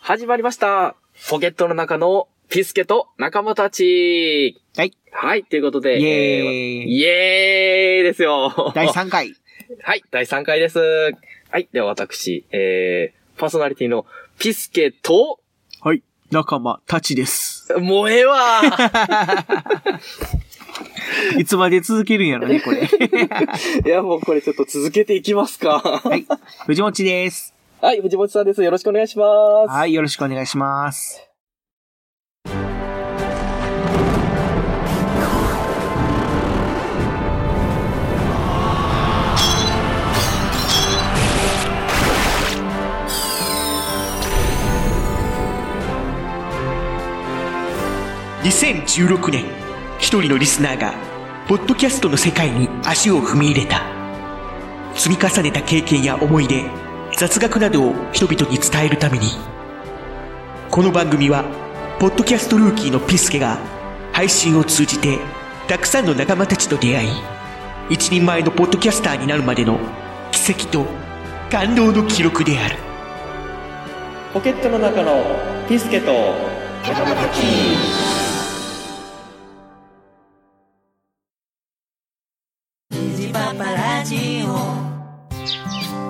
始まりました。ポケットの中のピスケと仲間たち。はい。はい、ということイで。エえーーイイエーイですよ。第3回。はい、第3回です。はい、では私、えー、パーソナリティのピスケと、はい。仲間たちです。もうええわいつまで続けるんやろね、こ れ。いや、もうこれちょっと続けていきますか。はい。藤持です。はい、藤本さんです。よろしくお願いします。はい、よろしくお願いします。 2016年一人のリスナーがポッドキャストの世界に足を踏み入れた積み重ねた経験や思い出雑学などを人々に伝えるためにこの番組はポッドキャストルーキーのピスケが配信を通じてたくさんの仲間たちと出会い一人前のポッドキャスターになるまでの奇跡と感動の記録であるポケットの中のピスケと、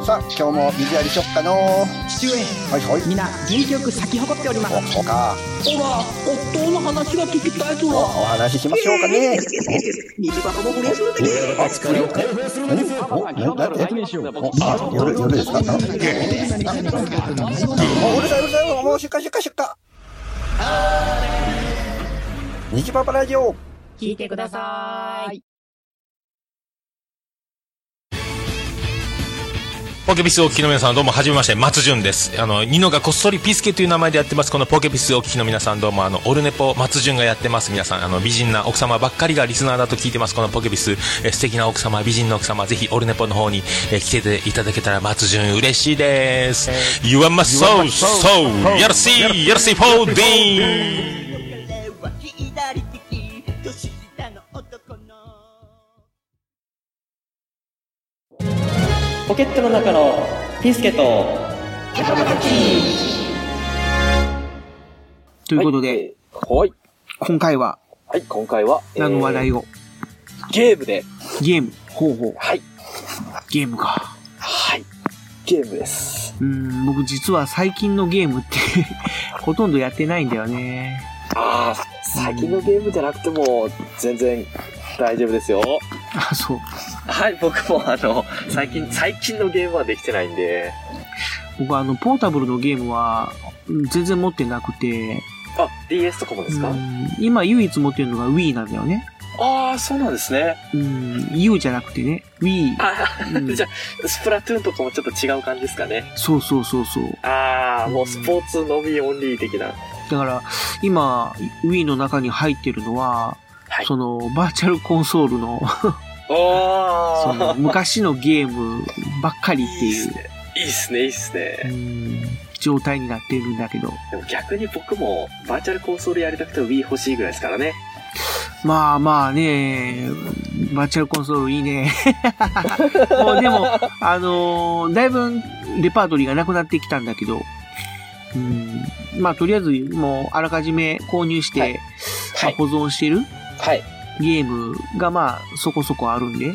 さあ今日も水やりしよっかの父上はいはいみんな元気よく咲き誇っておりますおそうかほら夫の話が聞きたいぞおお話ししましょうかね水箱も震えするでおななんでおあ夜夜ですかなあもううるさいうるさいもう出荷出荷出荷虹パパラジオ聞いてくださいポケピスをお聞きの皆さんどうもはじめまして松潤ですあのニノがこっそりピスケという名前でやってますこのポケピスをお聞きの皆さんどうもあのオルネポ松潤がやってます皆さんあの美人な奥様ばっかりがリスナーだと聞いてますこのポケピスえ素敵な奥様美人な奥様ぜひオルネポの方にえ来ていただけたら松潤嬉しいです、You are my soul soul やらしいやらしいフォーディーン左利き年下の男のポケットの中のピスケと、ということで、はい。今回ははい、今回は、何の話題を、を、ゲームで、ゲーム。ほうほう。はい、ゲームか。はい、ゲームです。うーん、僕実は最近のゲームって、 ほとんどやってないんだよね。ああ、最近のゲームじゃなくても、全然大丈夫ですよ。あ、そう。はい、僕もあの、最近、最近のゲームはできてないんで、僕はあの、ポータブルのゲームは、うん全然持ってなくて、あ、DS とかもですか、うん今唯一持ってるのが Wii なんだよね。ああ、そうなんですね。うん、U じゃなくてね、Wii。あ、うんじゃあスプラトゥーンとかもちょっと違う感じですかね。そうそうそうそう。ああ、もううんスポーツのみオンリー的な。だから、今、Wii の中に入ってるのは、はいその、バーチャルコンソー ルのそおのー昔のゲームばっかりっていいっいすうね。いいっすね、いいっすね。うん状態になってるんだけど。でも逆に僕もバーチャルコンソールやりたくて Wii 欲しいぐらいですからね。まあまあね、バーチャルコンソールいいね。 もうでも、あのーだいぶレパートリーがなくなってきたんだけど、うん、まあとりあえずもうあらかじめ購入して、はいはまあい保存してるはい。ゲームがまあそこそこあるんで、あ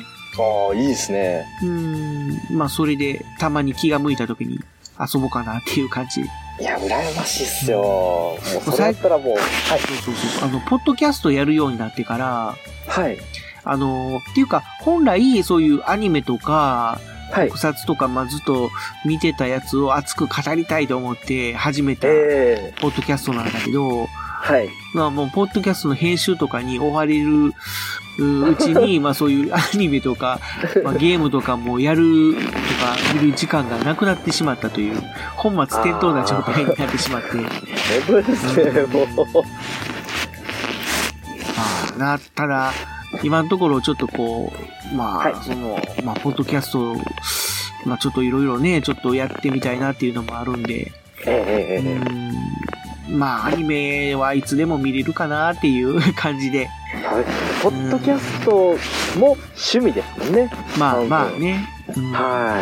あ、いいですね。うーん、まあそれでたまに気が向いた時に遊ぼうかなっていう感じ。いや、羨ましいっすよ。もうそれだ最ったらもう、はい。そうそうそう。あの、ポッドキャストやるようになってから、はい。あの、っていうか、本来そういうアニメとか、はい。特撮とか、まあ、ずっと見てたやつを熱く語りたいと思って始めた、ええポッドキャストなんだけど、はい。まあもう、ポッドキャストの編集とかに追われるううち に、まあそう いうアニメとか、まあゲームとかもやるとか、見る時間がなくなってしまったという、本末転倒な状態になってしまって、眠いですね、もう。まあ、なったら、今のところちょっとこう、まあ、はいその、まあ、ポッドキャスト、まあ、ちょっといろいろね、ちょっとやってみたいなっていうのもあるんで、ええうえええーん、まあ、アニメはいつでも見れるかなっていう感じ で、えはい。ポッドキャストも趣味ですもんね。まはあいまあね、うんは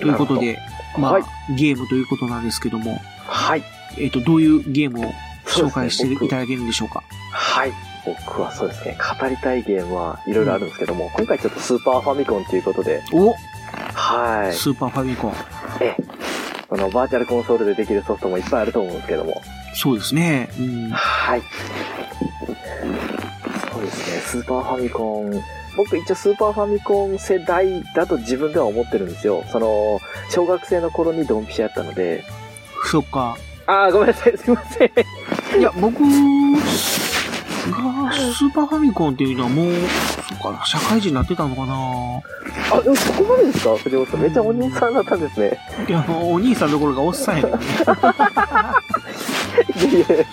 ということで、まあ、はいゲームということなんですけども、い。はい。えっ、と、どういうゲームを紹介しそうですてねいただけるんでしょうか。はい。僕はそうですね、語りたいゲームはいろいろあるんですけども、今回ちょっとスーパーファミコンということで、お、はい。スーパーファミコン。ええ。このバーチャルコンソールでできるソフトもいっぱいあると思うんですけども。そうですね。うん。はい。そうですね、スーパーファミコン。僕一応スーパーファミコン世代だと自分では思ってるんですよ。その、小学生の頃にドンピシャやったので。そっか。ああ、ごめんなさい、すいません。いや、僕がスーパーファミコンっていうのはもう、そうかな、社会人になってたのかなあ、でもそこまでですか藤本さん。めっちゃお兄さんだったんですね。いや、もうお兄さんどころかおっさんやけどね。いやいや、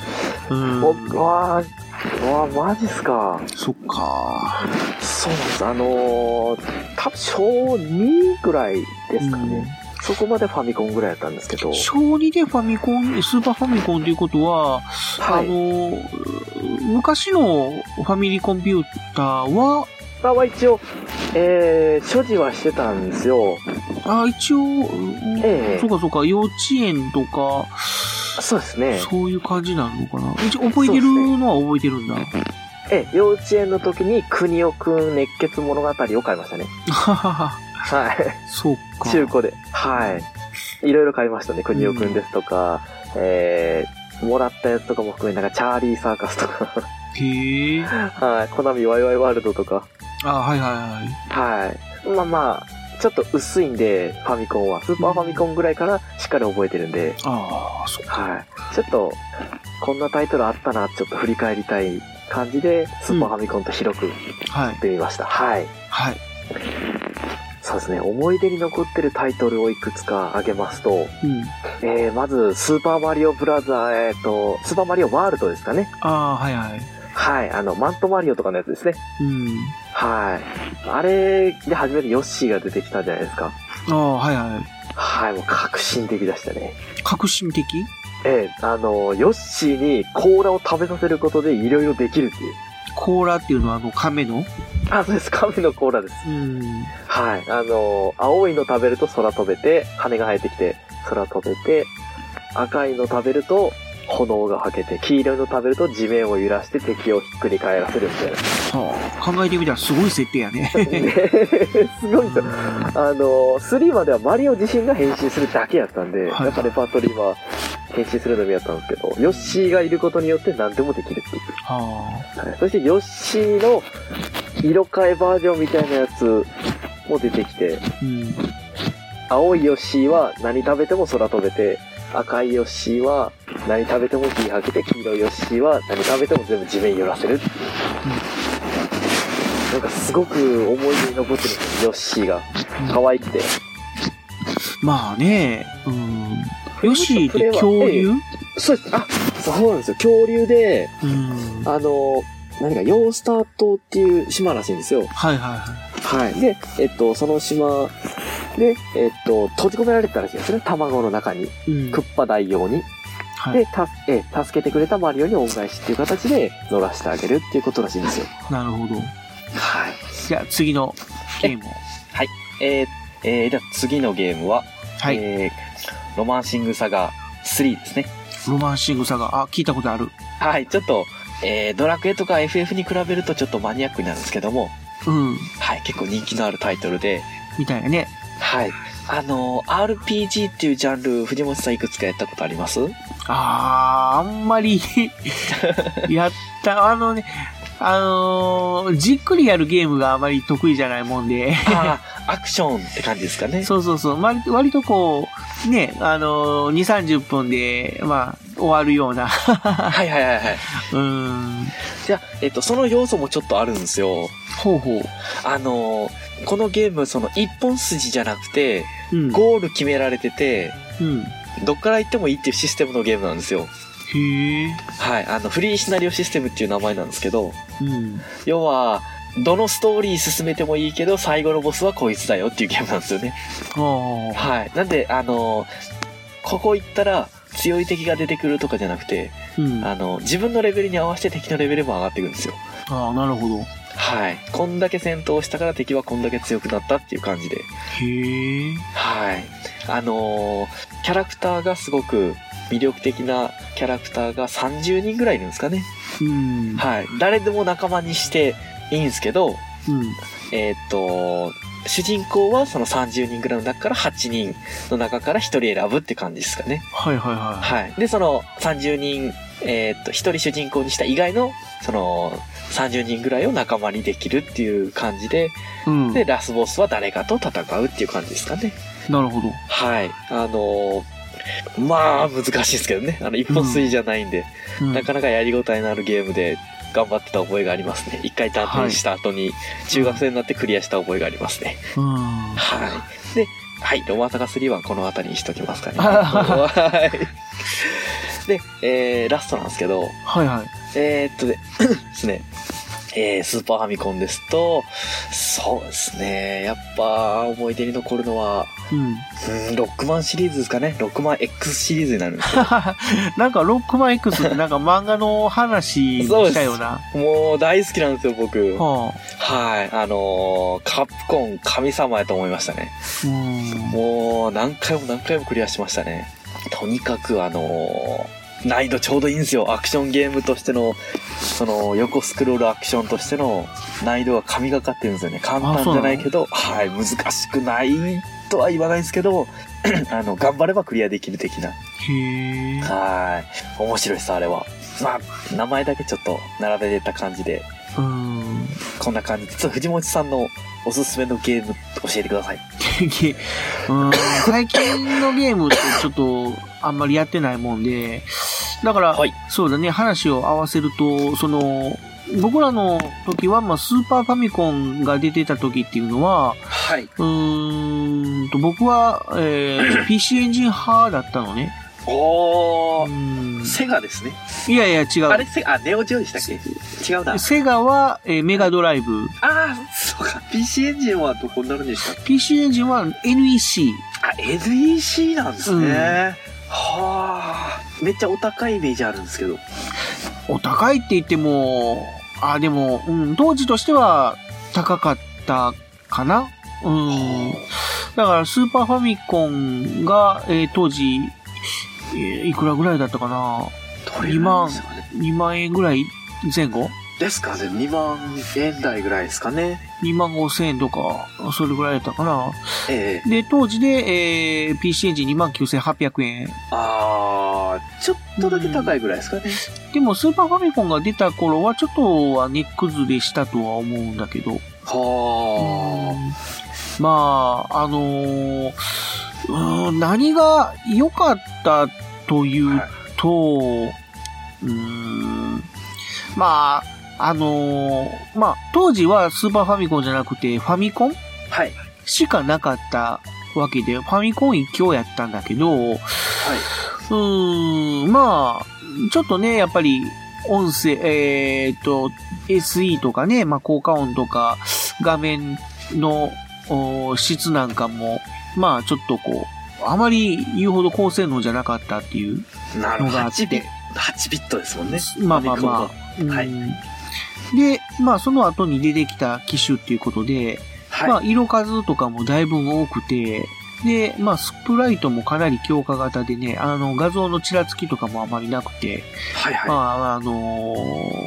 うん。僕は、うわマジっすか。そっか。そうなんです。あのー、多分小2ぐらいですかね。そこまでファミコンぐらいやったんですけど。小2でファミコン、スーパーファミコンということは、はあい。の、昔のファミリーコンピューターは、まあは一応、えー、所持はしてたんですよ。あ一応、うんええそうかそうか、幼稚園とか、そうですね。そういう感じなのかな。一応覚えてるのは覚えてるんだ。ええ、幼稚園の時に、国尾くん熱血物語を買いましたね。ははは。はい。 そうか。中古で。はい。いろいろ買いましたね。国尾くんですとか、えー、もらったやつとかも含め、なんかチャーリーサーカスと か、へえ。はい。コナミワイワイワールドとか、あ、はいはいはい。はい。まあまあ、ちょっと薄いんで、ファミコンは。スーパーファミコンぐらいからしっかり覚えてるんで、ああ、そっか。はい。ちょっと、こんなタイトルあったな、ちょっと振り返りたい感じで、スーパーファミコンと広くはい。出みました。はい。はい。そうですね。思い出に残ってるタイトルをいくつか挙げますと、うん。えー、まず、スーパーマリオブラザー、えー、と、スーパーマリオワールドですかね。ああ、はいはい。はい。あの、マントマリオとかのやつですね。うん。はい。あれで初めてヨッシーが出てきたじゃないですか。ああ、はいはい。はい。もう革新的でしたね。革新的ええあの、ヨッシーに甲羅を食べさせることでいろいろできるっていう。コーラっていうのはあの、亀のあ、そうです。亀の甲羅です。うん。はい。あの、青いの食べると空飛べて、羽が生えてきて、空飛べて、赤いの食べると、炎が吐けて、黄色いの食べると地面を揺らして敵をひっくり返らせるみたい な。はあ、考えてみたらすごい設定やね。 すごいですよ。あの、3まではマリオ自身が変身するだけやったんで、はいやっぱレパートリーは変身するのみやったんですけど、ヨッシーがいることによって何でもできるっていう。はそしてヨッシーの色変えバージョンみたいなやつも出てきて、あ。うん。青いヨッシーは何食べても空飛べて、赤いヨッシーは何食べても火吐けて、黄色いヨッシーは何食べても全部地面揺らせるっていう。なんかすごく思い出に残ってるんですよ、ヨッシーが。可愛くて。まあね、うん。ヨッシーって恐竜そうです。あ、そうなんですよ。恐竜で、うん。あの、何か、ヨースター島っていう島らしいんですよ。はいはいははい。で、えっと、その島で、えっと、閉じ込められてたらしいんですね。卵の中に。い。うんク。ッパ大王に。はいで、た、え、助けてくれたマリオに恩返しっていう形で乗らせてあげるっていうことらしいんですよ。なるほど。はい。じゃあ次のゲームを。えー、えー、じゃあ次のゲームは、はい。えー、ロマンシングサガ3ですね。ロマンシングサガ。あ、聞いたことある。はい、ちょっと、えー、ドラクエとか FF に比べるとちょっとマニアックになるんですけども、うん。はい、結構人気のあるタイトルで、みたいなね。はい。あのー、RPG っていうジャンル、藤本さんいくつかやったことあり ますあー、あんまり、 やった、あのね、あのーじっくりやるゲームがあまり得意じゃないもんで、ああ、アクションって感じですかね。そうそうそう、割割とこう、ね、あのー2、30分で、まあ、終わるような、 はいはいはいはい。うーん、じゃあ、えっと、その要素もちょっとあるんですよ。ほうほあのー、このゲーム、その一本筋じゃなくて、う。うん、ゴール決められてて、うん。どっから行ってもいいっていうシステムのゲームなんですよ。へえ、はい。あの、フリーシナリオシステムっていう名前なんですけど、うん。要は、どのストーリー進めてもいいけど、最後のボスはこいつだよっていうゲームなんですよね。ああ、はい。なんで、あのーここ行ったら強い敵が出てくるとかじゃなくて、うん。ああの自分のレベルに合わせて敵のレベルも上がっていくんですよ。あ、なるほど。はい。こんだけ戦闘したから敵はこんだけ強くなったっていう感じで。へえ、はい。あのーキャラクターがすごく、魅力的なキャラクターが30人ぐらいいるんですかね。うん。はい。誰でも仲間にしていいんですけど、うん。えーっと、主人公はその30人ぐらいの中から8人の中から1人選ぶって感じですかね。はいはいははい。で、その30人、えーっと、1人主人公にした以外の、その30人ぐらいを仲間にできるっていう感じで、い。うん。で、ラスボスは誰かと戦うっていう感じですかね。なるほど。はい。あのーまあ、難しいですけどね。あの、一本筋じゃないんで、うんなかなかやりごたえのあるゲームで頑張ってた覚えがありますね。一回断念した後に、中学生になってクリアした覚えがありますね。うん。はい。で、はい、ロマンサガ3はこの辺りにしときますかね。あはい。で、えー、ラストなんですけど、はいはい。えー、っとでですね、 えー、スーパーファミコンですと、そうですね、やっぱ思い出に残るのは、うん。うんロックマンシリーズですかね。ロックマン X シリーズになるんですなんか、ロックマン X ってなんか漫画の話したような。よ。もう大好きなんですよ、僕。ははい。あのーカプコン神様やと思いましたね。あ。うん。もう何回も何回もクリアしましたね。とにかくあのー難易度ちょうどいいんですよ。アクションゲームとしての、その、横スクロールアクションとしての難易度が神がかってるんですよね。簡単じゃないけど、はい、難しくないとは言わないですけど、 あの、頑張ればクリアできる的な。へえ。はい。面白いです、あれは。まあ、名前だけちょっと並べてた感じで、うん。こんな感じ。実は藤本さんのおすすめのゲーム教えてください。ゲうん最近のゲームってちょっとあんまりやってないもんで、だから、はいそうだね、話を合わせると、その、僕らの時は、まあ、スーパーファミコンが出てた時っていうのは、はい。うーんと、僕は、え ー PC エンジン派だったのね。おうー。んセガですね。いやいや、違あれう。セガ、あ、ネオジオでしたっけ違うな。セガは、えーメガドライブ。ああ、そうか。PC エンジンはどこになるんでしたっ PC エンジンは NEC。けあ、NEC なんですね。うんはあ。めっちゃお高いイメージあるんですけど。お高いって言っても、あ、でも、うん、当時としては高かったかな。うん。だから、スーパーファミコンが、えー当時、えーいくらぐらいだったかなどれぐらいですかね。 ?2 万円ぐらい前後ですかね。2万円台ぐらいですかね。 2万5千円とか、それぐらいだったかな。ええで、当時で、えー PC エンジン2万9800円。ああ、ちょっとだけ高いぐらいですかね。でも、スーパーファミコンが出た頃は、ちょっとは値崩れしたとは思うんだけど。はまあ、あのーうーん何が良かったというと、うーん、まあ、あのーまあ、当時はスーパーファミコンじゃなくてファミコンあ。はい。しかなかったわけで、ファミコン一強やったんだけど、うーん、まあ、ちょっとね、やっぱり、音声、えーっと、SE とかね、まあ、効果音とか、画面のお質なんかも、まあ、ちょっとこう、あまり言うほど高性能じゃなかったっていうなるのほど。があっ8ビッてト。、8ビットですもんね。まあまあまあファミコンは。うんはいで、まあ、その後に出てきた機種っていうことで、はい。まあ、色数とかもだいぶ多くて、で、まあ、スプライトもかなり強化型でね、あの、画像のちらつきとかもあまりなくて、はいはい。まあ、あの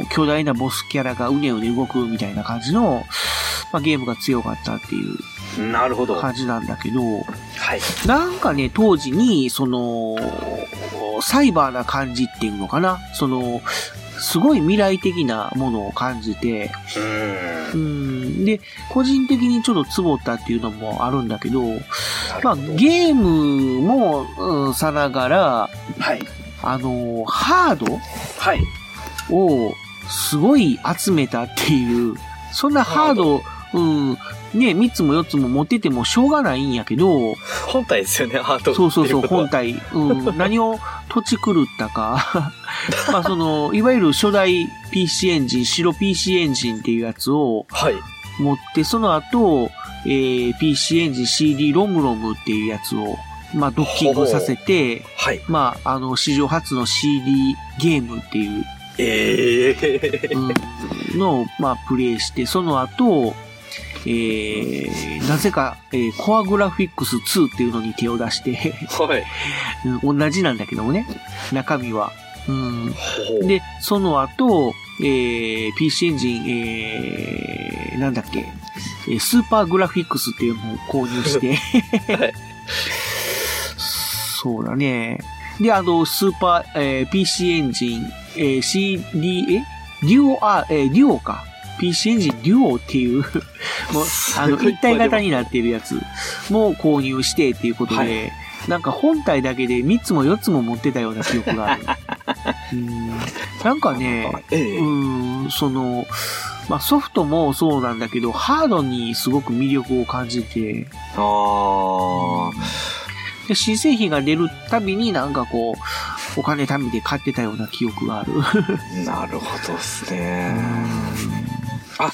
ー巨大なボスキャラがうねうね動くみたいな感じの、まあ、ゲームが強かったっていうなるほど。は感じなんだけど、い。なんかね、当時に、その、サイバーな感じっていうのかな、その、すごい未来的なものを感じて、うーん。うん。で、個人的にちょっとツボったっていうのもあるんだけど、まなあ、るほどゲームも、うんさながら、はい。あのーハーはい。ドをすごい集めたっていう、そんなハード、うん、ね、3つも4つも持っててもしょうがないんやけど、本体ですよね、アートそうそうそう、っていことは本体、う ん、何を土地狂ったか、 まあその、いわゆる初代 PC エンジン、白 PC エンジンっていうやつを、はい。持って、その後、えー PC エンジン CD ロムロムっていうやつを、まあ、ドッキングさせて、はい。まあ、あの、史上初の CD ゲームっていう、ええうんのを、まあ、プレイして、その後、えー、なぜか、えーコアグラフィックス2っていうのに手を出して、はい。うん同じなんだけどもね、中身は。うん、で、その後、えー、PC エンジン、えー、なんだっけ、えースーパーグラフィックスっていうのを購入して、はいそうだね。で、あの、スーパー、えー PC エンジン、えー CD、えデュオ、あ、えーデュオか。PC エンジンデュオっ ていう、もう、あすの、ごい一体型になってるやつも購入してっていうことで、はなんか本体だけで3つも4つも持ってたような記 憶がある。うんなんかね、ええうん、その、まあ、ソフトもそうなんだけど、ハードにすごく魅力を感じて、あで新製品が出るたびになんかこう、お金貯めて買ってたような記憶がある。 ー、なるほどっすね。あ、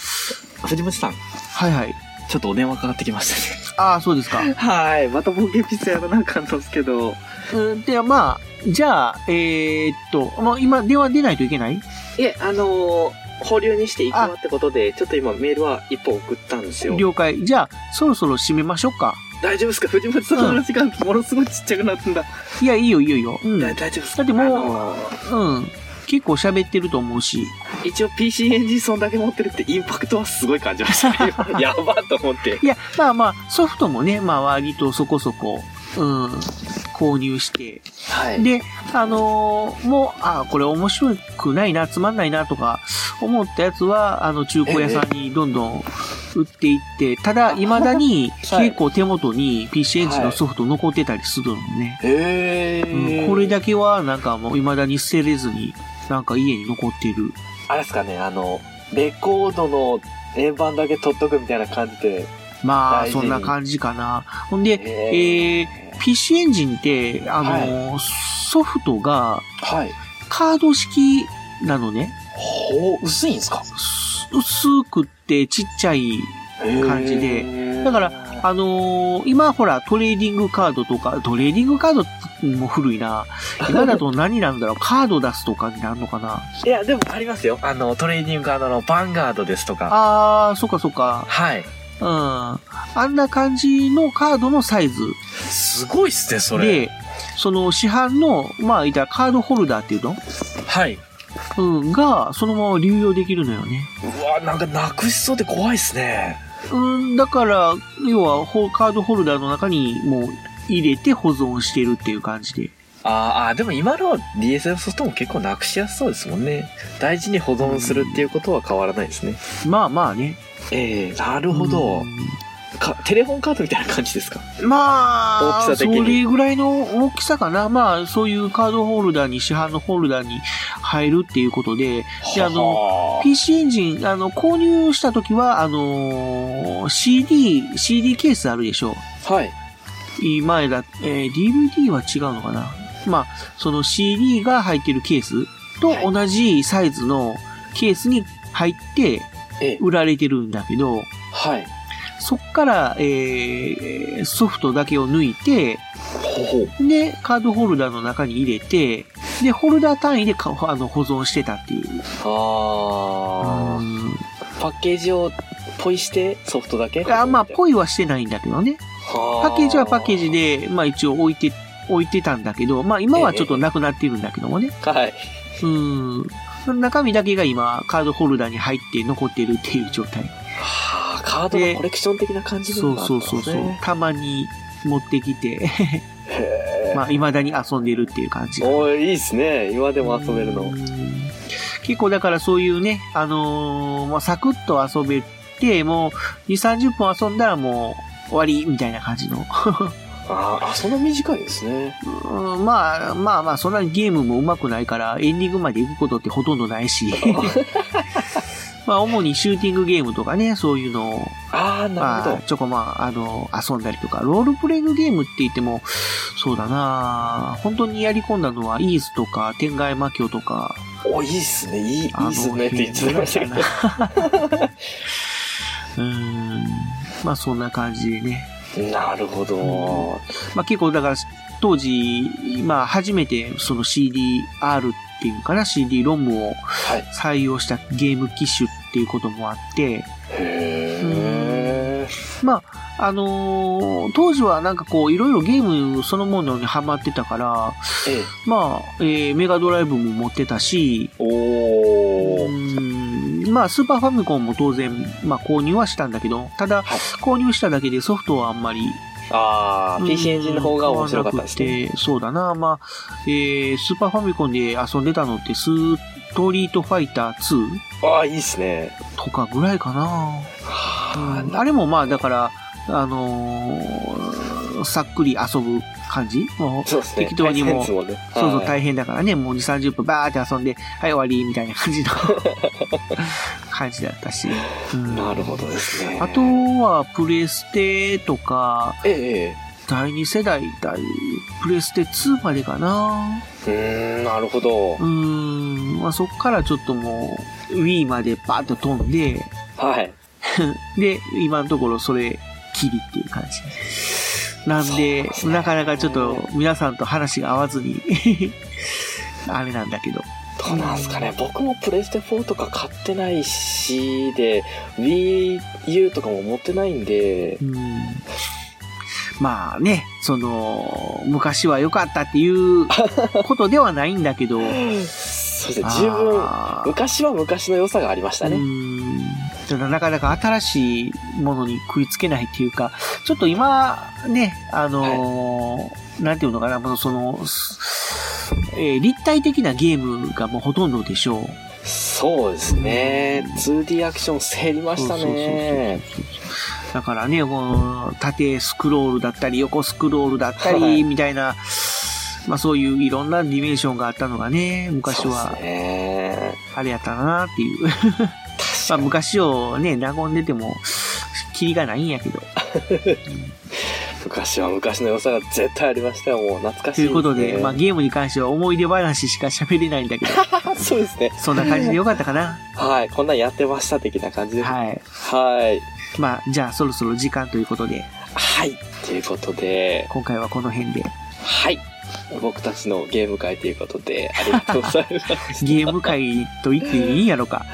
藤本さん、はいはい。ちょっとお電話かかってきましたね。ああ、そ うですか。はい。また冒険ピッツやらなあかんのっすけど。うん、で、まあ、じゃあ、えーっと、もう今電話出ないといけないいえ、あのー保留にしていくわってことで、ちょっと今メールは一本送ったんですよ。了解。じゃあ、そろそろ締めましょうか。大丈夫ですか藤本さんの話がものすごいちっちゃくなってんだ。いや、いいよいいよいいよ。うん。うだ大丈夫ですだかってもうあのーん。結構喋ってると思うし。一応 PC エンジンそんだけ持ってるってインパクトはすごい感じましたね。 今やばと思って。いや、まあまあ、ソフトもね、まあ割とそこそこ、うん、購入して。はい。で、あのーもう、あこれ面白くないな、つまんないなとか、思ったやつは、あの、中古屋さんにどんどん売っていって、ただ、未だに はい結構手元に PC エンジンのソフト残ってたりするのね。へうん、これだけは、なんかもう未だに捨てれずに、なんか家に残ってる。あれですかね、あの、レコードの円盤だけ取っとくみたいな感じで。まあ、大事そにんな感じかな。ほんで、へえー、PC エンジンって、あのーソフトがはい。カード式なのね。ほう、薄いんですか、す薄くってちっちゃい。感じでだからあのー今ほらトレーディングカードとか、トレーディングカードも古いな。今だと何な んだろう、カード出すとかになるのかな。いや、でもありますよ。あの、トレーディングカードのヴァンガードですとか。あー、そっかそっか。はい。うん。あんな感じのカードのサイズ。すごいっすね、それ。で、その市販の、まあ、いたらカードホルダーっていうのはい。うん、が、そのまま流用できるのよね。うわ、なんかなくしそうで怖いっすね。うん、だから、要は、ほカードホルダーの中にもう入れて保存してるっていう感じで。あーあー、でも今の DSL ソフトも結構なくしやすそうですもんね。大事に保存するっていうことは変わらないですね。まあまあね。ええなるなほど。か、テレホンカードみたいな感じですかまあ、大きさ的にそれぐらいの大きさかな。まあ、そういうカードホルダーに、市販のホルダーに入るっていうことで、であの、の PC エンジン、あの、購入した時は、あのー CD、CD ケースあるでしょはい。いい前だ、えー DVD は違うのかな。まあ、その CD が入ってるケースと同じサイズのケースに入ってええ売られてるんだけど、はい。そっから、えーソフトだけを抜いて、ほほう。で、カードホルダーの中に入れて、で、ホルダー単位でかあの保存してたっていう。あーパッケージをポイしてソフトだけあまあ、イ。ポイはしてないんだけどね。パッケージはパッケージで。で、まあ一応置いて、置いてたんだけど、まあ今はちょっとなくなってるんだけどもね。はい。うん。中身だけが今、カードホルダーに入って残ってるっていう状態。はあ、カードのコレクション的な感じのそうがあったそんでうすそねうそう。たまに持ってきて、へえ。まあ、未だに遊んでるっていう感じ。おーいいっすね。今でも遊べるうのん。結構だからそういうね、あのーまあ、サクッと遊べて、もう、2、30分遊んだらもう、終わりみたいな感じの。あーあ、そんな短いですね。うんまあまあまあ、そんなにゲームも上手くないから、エンディングまで行くことってほとんどな いし。まあ、主にシューティングゲームとかね、そういうのを、ああ、なるほまど。あ、ちょこまあ、あの、遊んだりとか、ロールプレイングゲームって言っても、そうだな本当にやり込んだのは、イースとか、天外魔境とか、お、いいっすね。いい、いあいっすねって言ってましたけど。 うーん。まあ、そんな感じでね。なるほど。うんまあ、結構、だから、当時、まあ、初めて、その CDR っていうかな、CD-ROM をはい。採用したゲーム機種っていうこともあって、へえ。まあ、あのー当時はなんかこう、いろいろゲームそのものにハマってたから、ええ。まあ、えーメガドライブも持ってたし、おうー。ーんまあ、スーパーファミコンも当然、まあ、購入はしたんだけど、ただ、購入しただけでソフトはあんまり、あー、PC エンジンの方が面白かったですね。ね。そうだな、まあ、えースーパーファミコンで遊んでたのって、スートリートファイター2あー、いいっすね。とかぐらいかな。はあれもまあ、だから、あのーさっくり遊ぶ感じもうそうですね。適当に大変でもすんねそうそう、はい大変だからね、もう2、30分バーって遊んで、はい、終わり、みたいな感 じの感じだったし。うんなるほどですね。あとは、プレステとか、ええ、第2世代、第プレステ2までかな。ええ。うーん、なるほどうー。ん、まあ、そっからちょっともう、Wii までバーッと飛んで、はい。で、今のところそれ、きりっていう感じ。なんで、そうですねなかなかちょっと皆さんと話が合わずに、 あれなんだけど。どうなんすかね。僕もプレステ4とか買ってないし、で、Wii U とかも持ってないんでう、んまあね、その、昔は良かったっていうことではないんだ けど、そうですね、十分、あー昔は昔の良さがありましたうね。んただなかなか新しいものに食いつけないっていうか、ちょっと今、ね、あのーなんていうのかな、もうその、すえー立体的なゲームがもうほとんどでしょう。そうですね。2D アクション競りましたね。だからね、こう、縦スクロールだったり、横スクロールだったはいり、みたいな、まあそういういろんなディメンションがあったのがね、昔そうはですね。あれやったなっていう。 まあ昔をね、和んでても、キリがないんやけど。昔は昔の良さが絶対ありましたよ。もう懐かしとい、いうことで、まあゲームに関しては思い出話しか喋れないん だけど、あ、そうですね。そんな感じでよかったかな。はい。こんなんやってました的な感じです。ははい。い。まあじゃあそろそろ時間ということで、はい。ということで、今回はこの辺で、はい。僕たちのゲーム会ということで、ありがとうござい ます。ゲーム会と言っていいんや ろか。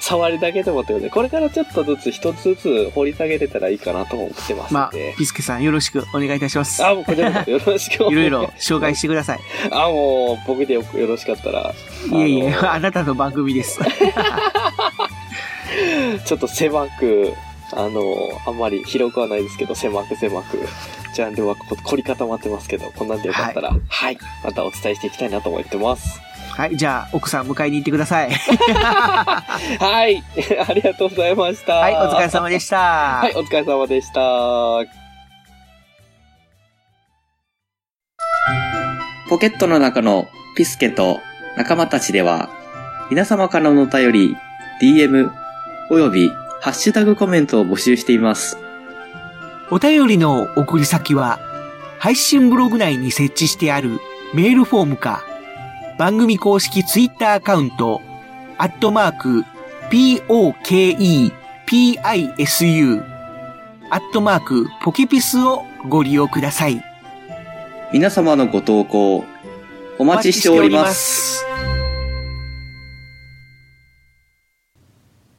触りだけでもということで、これからちょっとずつ一つずつ掘り下げれたらいいかなとも思ってますまあので、。ピスケさんよろしくお願いいたします。あ、もうこちらこそよろしくおいろ願いいろ紹介してください。あ、もう僕でよよろしかったら、いえいえ、あのあなたの番組です。ちょっと狭く、あの、あんまり広くはないですけど、狭く狭く、ジャンルはこ凝り固まってますけど、こんなんでよかったら、はい、またお伝えしていきたいなと思ってます。はい、じゃあ、奥さん迎えに行ってください。はい、 ありがとうございました。はい、お疲れ様でした。はい、お疲れ様でした。ポケットの中のピスケと仲間たちでは、皆様からのお便り、DM、およびハッシュタグコメントを募集しています。お便りの送り先は、配信ブログ内に設置してあるメールフォームか、番組公式ツイッターアカウント、アットマーク、p-o-k-e-p-i-s-u、アットマーク、ポケピスをご利用ください。皆様のご投稿、お待ちしております。す。